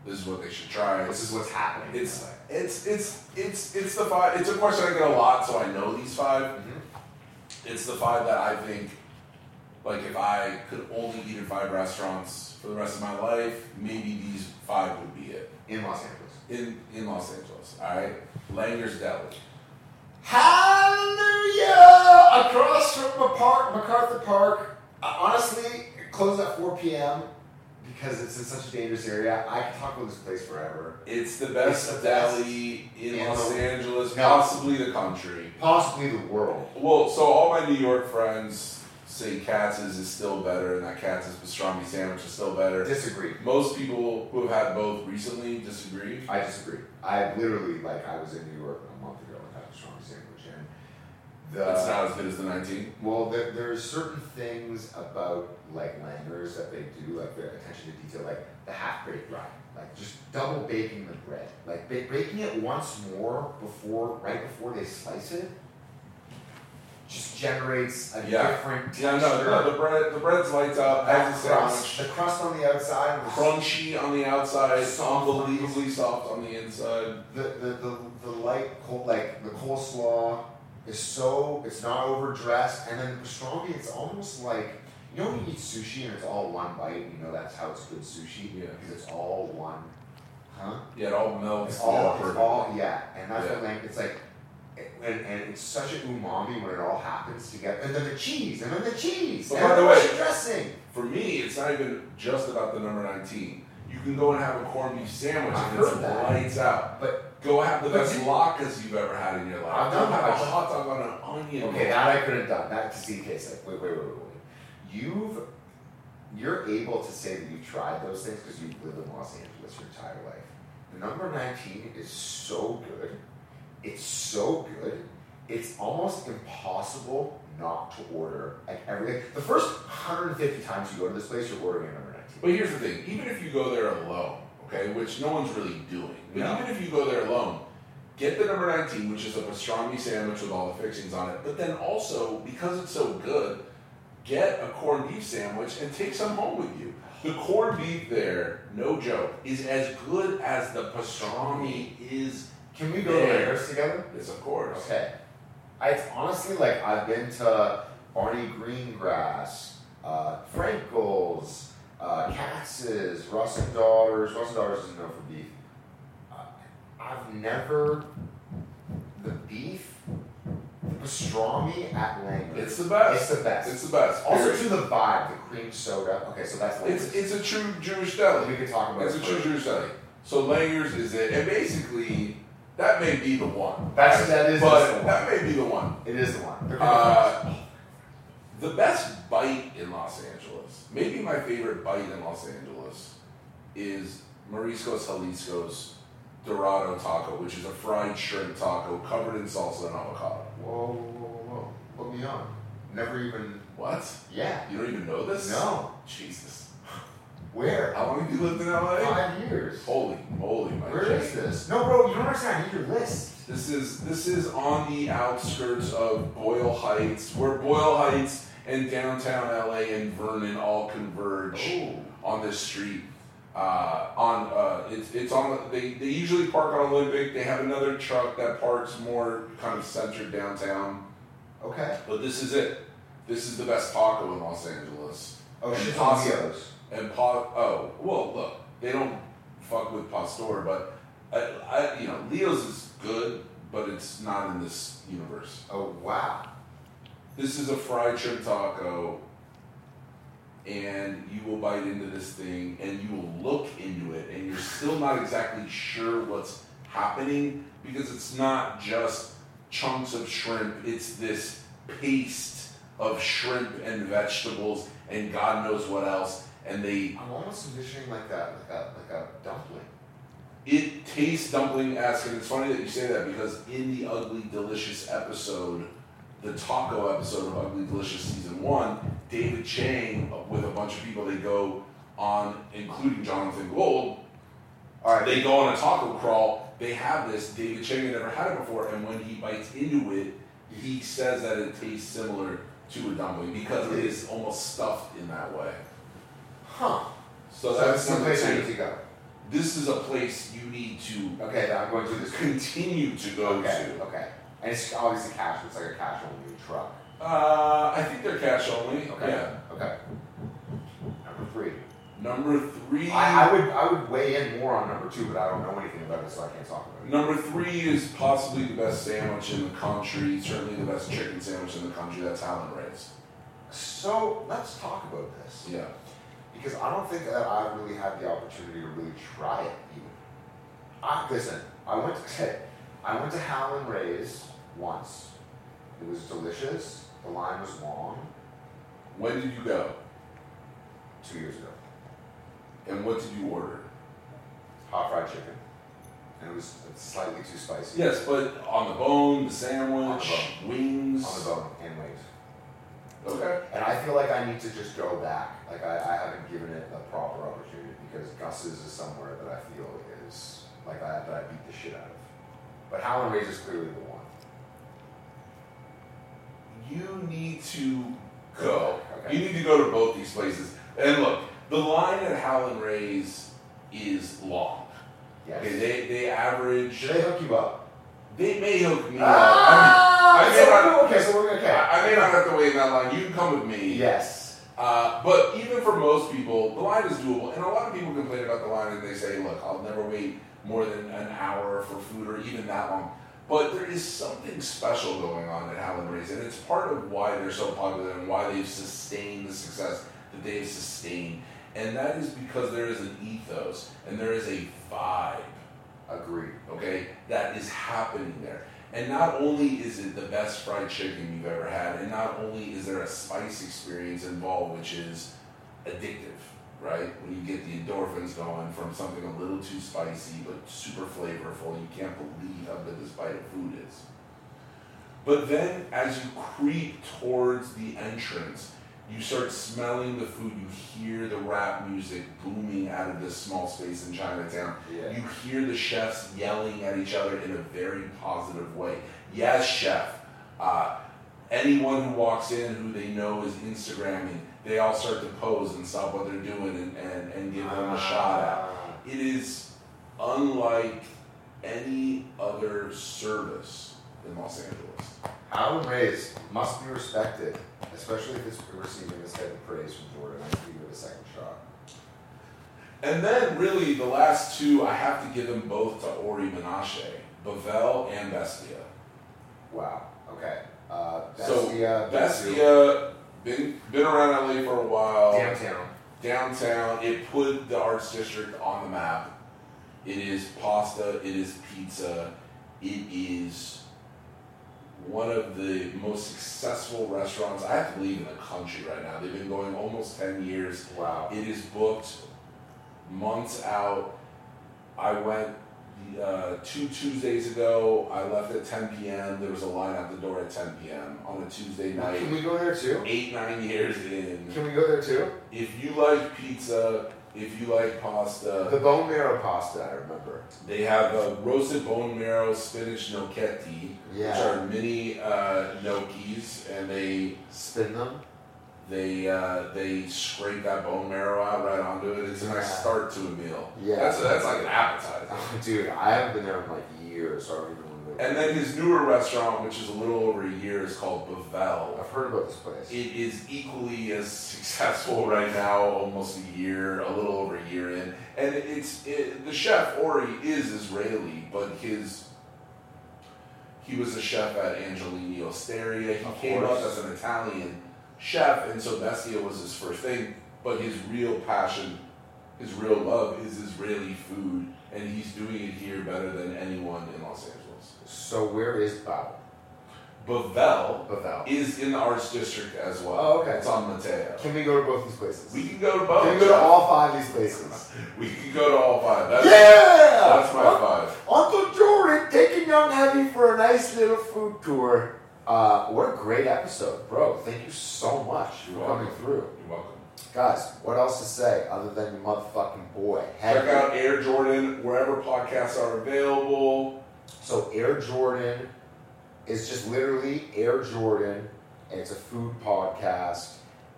This is what they should try.
This is what's happening. in
It's
LA.
it's it's it's it's the five. It's a question I get a lot, so I know these 5
Mhm.
It's the five that I think, like, if I could only eat at five restaurants for the rest of my life, maybe these five would be it
in Los Angeles.
in in Los Angeles. All right, Langer's Deli.
Hallelujah! Across from Macar- MacArthur Park. Uh, honestly, it closed at 4 p.m. because it's in such a dangerous area. I could talk about this place forever.
It's the best
It's the best.
deli in
Yeah.
Los Angeles,
Yeah.
possibly the country.
Possibly the world.
Well, so all my New York friends say Katz's is still better, and that Katz's pastrami sandwich is still better.
Disagree.
Most people who have had both recently disagree.
I disagree. I literally, like, I was in New York a month ago and had a strong sandwich. And the,
That's not as good as the 19.
Well, there, there's certain things about like langers that they do, like their attention to detail, like the half baked rye, like just double baking the bread, like ba- baking it once more before, right before they slice it, just generates a
Yeah.
different texture.
Yeah, no, no, the bread, the bread's lights up
That
as a
crust, the
sandwich.
crust on the outside, and the
Crunchy on the outside,
Soft.
unbelievably soft on the inside.
the, the, the, the light col- like the coleslaw is so it's not overdressed and then the pastrami it's almost like you know when you eat sushi and it's all one bite and you know that's how it's good sushi
Yeah.
because it's all one huh
Yeah, it all melts.
it's all
together.
it's all yeah and that's what
Yeah.
like it's like it- and, and it's such an umami when it all happens together and then the cheese and then the cheese
But
and
by
then
the way-
dressing
For me, it's not even just about the number 19. You can go and have a corned beef sandwich
I've
and it's
heard that.
lights out.
But-
go have the
but
best
you-
latkes you've ever had in your life.
I've done
Go have a
that.
hot dog on an onion.
Okay, that I could have done. That to see case like wait, wait, wait, wait, wait. You've you're able to say that you've tried those things because you've lived in Los Angeles your entire life. The number nineteen is so good. It's so good. It's almost impossible not to order like everything. The first 150 times you go to this place, you're ordering a number 19.
But here's the thing: even if you go there alone, okay, which no one's really doing, but
No.
even if you go there alone, get the number nineteen, which is a pastrami sandwich with all the fixings on it. But then also, because it's so good, get a corned beef sandwich and take some home with you. The corned beef there, no joke, is as good as the pastrami is.
Can we go to
Yeah.
Layers together?
Is of course.
Okay. I, it's honestly like I've been to Barney Greengrass, uh, Frankel's, uh, Katz's, Russ and Daughters. Russ and Daughters is known for beef. Uh, I've never the beef, the pastrami at Langer's.
It's the best.
It's the best.
It's the best.
also
period.
to the vibe, the cream soda. Okay, so that's Langer's.
it's it's a true Jewish deli.
we could talk about
It's a
it
true
further.
Jewish deli. So Langer's is it, and basically that may be the one.
That's that is
But
the one.
that may be the one.
It is the one. The cream
Uh, the best bite in Los Angeles, maybe my favorite bite in Los Angeles, is Mariscos Jalisco's Dorado taco, which is a fried shrimp taco covered in salsa and avocado.
Whoa, whoa, whoa, whoa. Put me on. Never even.
What?
Yeah.
You don't even know this?
No.
Jesus.
Where?
How long have you lived in LA?
Five years.
Holy moly, Oh my
Where is
Jesus.
this? No, bro, you don't understand. I need your list.
This is this is on the outskirts of Boyle Heights, where Boyle Heights and downtown LA and Vernon all converge
Oh,
on this street. Uh, on uh, it's it's on they, they usually park on Olympic. They have another truck that parks more kind of centered downtown.
Okay.
But this is it. This is the best taco in Los Angeles.
Oh,
And
shit.
pasta. And pa oh well look they don't fuck with Pastor, but uh, I, I you know Leo's is good, but it's not in this universe.
Oh, wow.
This is a fried shrimp taco, and you will bite into this thing, and you will look into it, and you're still not exactly sure what's happening because it's not just chunks of shrimp; it's this paste of shrimp and vegetables and God knows what else, and they
I'm almost envisioning like a like a like a dumpling.
it tastes dumpling esque, and it's funny that you say that because in the Ugly Delicious episode, the taco episode of Ugly Delicious season one, David Chang with a bunch of people they go on, including Jonathan Gold,
All right.
they go on a taco crawl. They have this. David Chang had never had it before, and when he bites into it, he says that it tastes similar to a dumpling because it is almost stuffed in that way.
Huh.
So
So
that's
that's the
number
place I need
two.
to go.
This is a place you need to
Okay, then I'm going to this.
continue to go
Okay,
to.
okay. And it's obviously cash. It's like a cash only truck.
Uh, I think they're cash only.
Okay.
Yeah.
Okay. Number three.
Number three.
I, I would I would weigh in more on number two, but I don't know anything about it, so I can't talk about it.
Number three is possibly the best sandwich in the country. Certainly the best chicken sandwich in the country. That's Howland Ray's.
So let's talk about this
Yeah.
because I don't think that I really had the opportunity to really try it. Even. I listen. I went to I went to Hal and Ray's once. It was delicious. The line was long.
When did you go?
Two years ago,
And what did you order?
hot fried chicken, and it was slightly too spicy.
Yes, but on the bone, the sandwich, wings.
On the bone and wings.
Okay.
And I feel like I need to just go back. Like I, I haven't given it the proper opportunity because Gus's is somewhere that I feel is like I, that I beat the shit out of. But Howland Rays is clearly the one.
You need to go.
Okay.
Oh, You need to go to both these places. And look, the line at Howland Ray's is long.
Yes.
Okay, they, they average.
Should they hook you up?
They may hook me up.
Ah,
I mean, I mean,
so- okay, so we're
I,
okay.
I may not have to wait in that line. You can come with me.
Yes.
Uh, but even for most people, the line is doable. And a lot of people complain about the line and they say, look, I'll never wait more than an hour for food or even that long. But there is something special going on at Howland Rays, and it's part of why they're so popular and why they've sustained the success that they've sustained. And that is because there is an ethos and there is a vibe
Agreed.
okay, that is happening there. And not only is it the best fried chicken you've ever had, and not only is there a spice experience involved, which is addictive, right? When you get the endorphins going from something a little too spicy but super flavorful, you can't believe how good this bite of food is. But then as you creep towards the entrance, you start smelling the food, you hear the rap music booming out of this small space in Chinatown.
Yeah.
You hear the chefs yelling at each other in a very positive way. Yes, chef. Uh, anyone who walks in who they know is Instagramming, they all start to pose and stop what they're doing and, and, and give them a shot at. It is unlike any other service in Los Angeles.
Howland Rays must be respected, especially if it's receiving this type of praise from Jordan. I need to give it a second shot.
And then, really, the last two, I have to give them both to Ori Menashe, Bavel and Bestia.
Wow. Okay. Uh,
So,
Bestia.
Bestia, been, been around LA for a while.
Downtown.
downtown. It put the arts district on the map. It is pasta. It is pizza. It is one of the most successful restaurants I have to believe in the country right now. They've been going almost ten years.
Wow.
It is booked months out. I went uh, two Tuesdays ago. I left at 10 p.m. There was a line out the door at 10 p.m. on a Tuesday
Can
night.
we go there too?
Eight nine years in.
Can we go there too?
If you like pizza, if you like pasta,
The bone marrow pasta, I remember.
they have a roasted bone marrow spinach gnocchetti, which
Yeah.
are mini uh, gnocchis, and they
Spin them.
they uh, they scrape that bone marrow out right onto it. It's a nice
Yeah.
start to a meal.
Yeah.
that's that's like an appetizer.
Dude, I haven't been there in like years, so I don't even remember.
And then his newer restaurant, which is a little over a year, is called Bavel.
I've heard about this place.
It is equally as successful right now, almost a year, a little over a year in, and it's it, the chef Ori is Israeli, but his he was a chef at Angelini Osteria. He
Of
came
course.
up as an Italian chef, and so Bestia was his first thing. But his real passion, his real love, is Israeli food, and he's doing it here better than anyone in Los Angeles.
so where is Bob?
Bavel
Bavel.
is in the Arts District as well.
Oh, okay.
It's on Mateo.
Can we go to both these places?
We can go to both.
Can we go to all five of these places?
We can go to all five. That's,
yeah!
that's my
Uncle-
five.
Uncle Jordan taking young Heavy for a nice little food tour. Uh, what a great episode, bro. Thank you so much
You're
for coming
welcome.
through.
You're welcome.
Guys, what else to say other than your motherfucking boy?
Check
Heavy.
out Air Jordan wherever podcasts are available.
So Air Jordan is just literally Air Jordan, and it's a food podcast.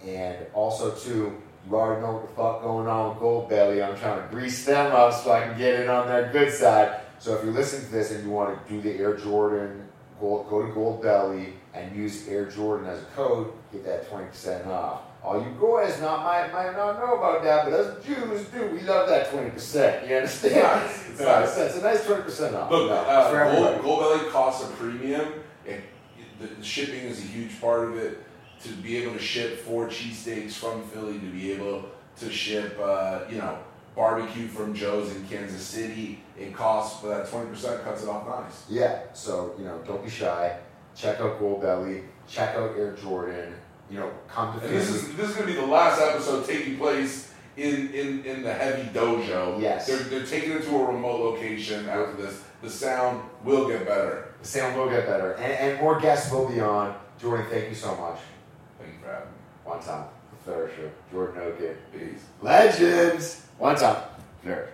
And also too, you already know what the fuck going on with Gold Belly. I'm trying to grease them up so I can get in on their good side. So if you're listening to this and you want to do the Air Jordan, go, go to Gold Belly and use Air Jordan as a code, get that 20% off. All you boys not might might not know about that, but us Jews do. We love that 20%. You understand?
Nice.
It's nice. That's a nice 20% off.
Look,
No,
uh,
for
Gold,
everybody.
Gold Belly costs a premium, and the, the shipping is a huge part of it. To be able to ship four cheesesteaks from Philly, to be able to ship, uh, you know, barbecue from Joe's in Kansas City, it costs, but that 20% cuts it off nice.
Yeah, so you know, don't be shy. Check out Gold Belly. Check out Air Jordan. You know, come to
And this
Philly.
is this is gonna be the last episode taking place in in, in the heavy dojo.
Yes.
They're, they're taking it to a remote location after this. The sound will get better.
The sound will get better, and, and more guests will be on. Jordan, thank you so much.
Thank you for having me.
One time, the flourisher, Jordan Ogan,
Peace.
legends. One time, Nerd.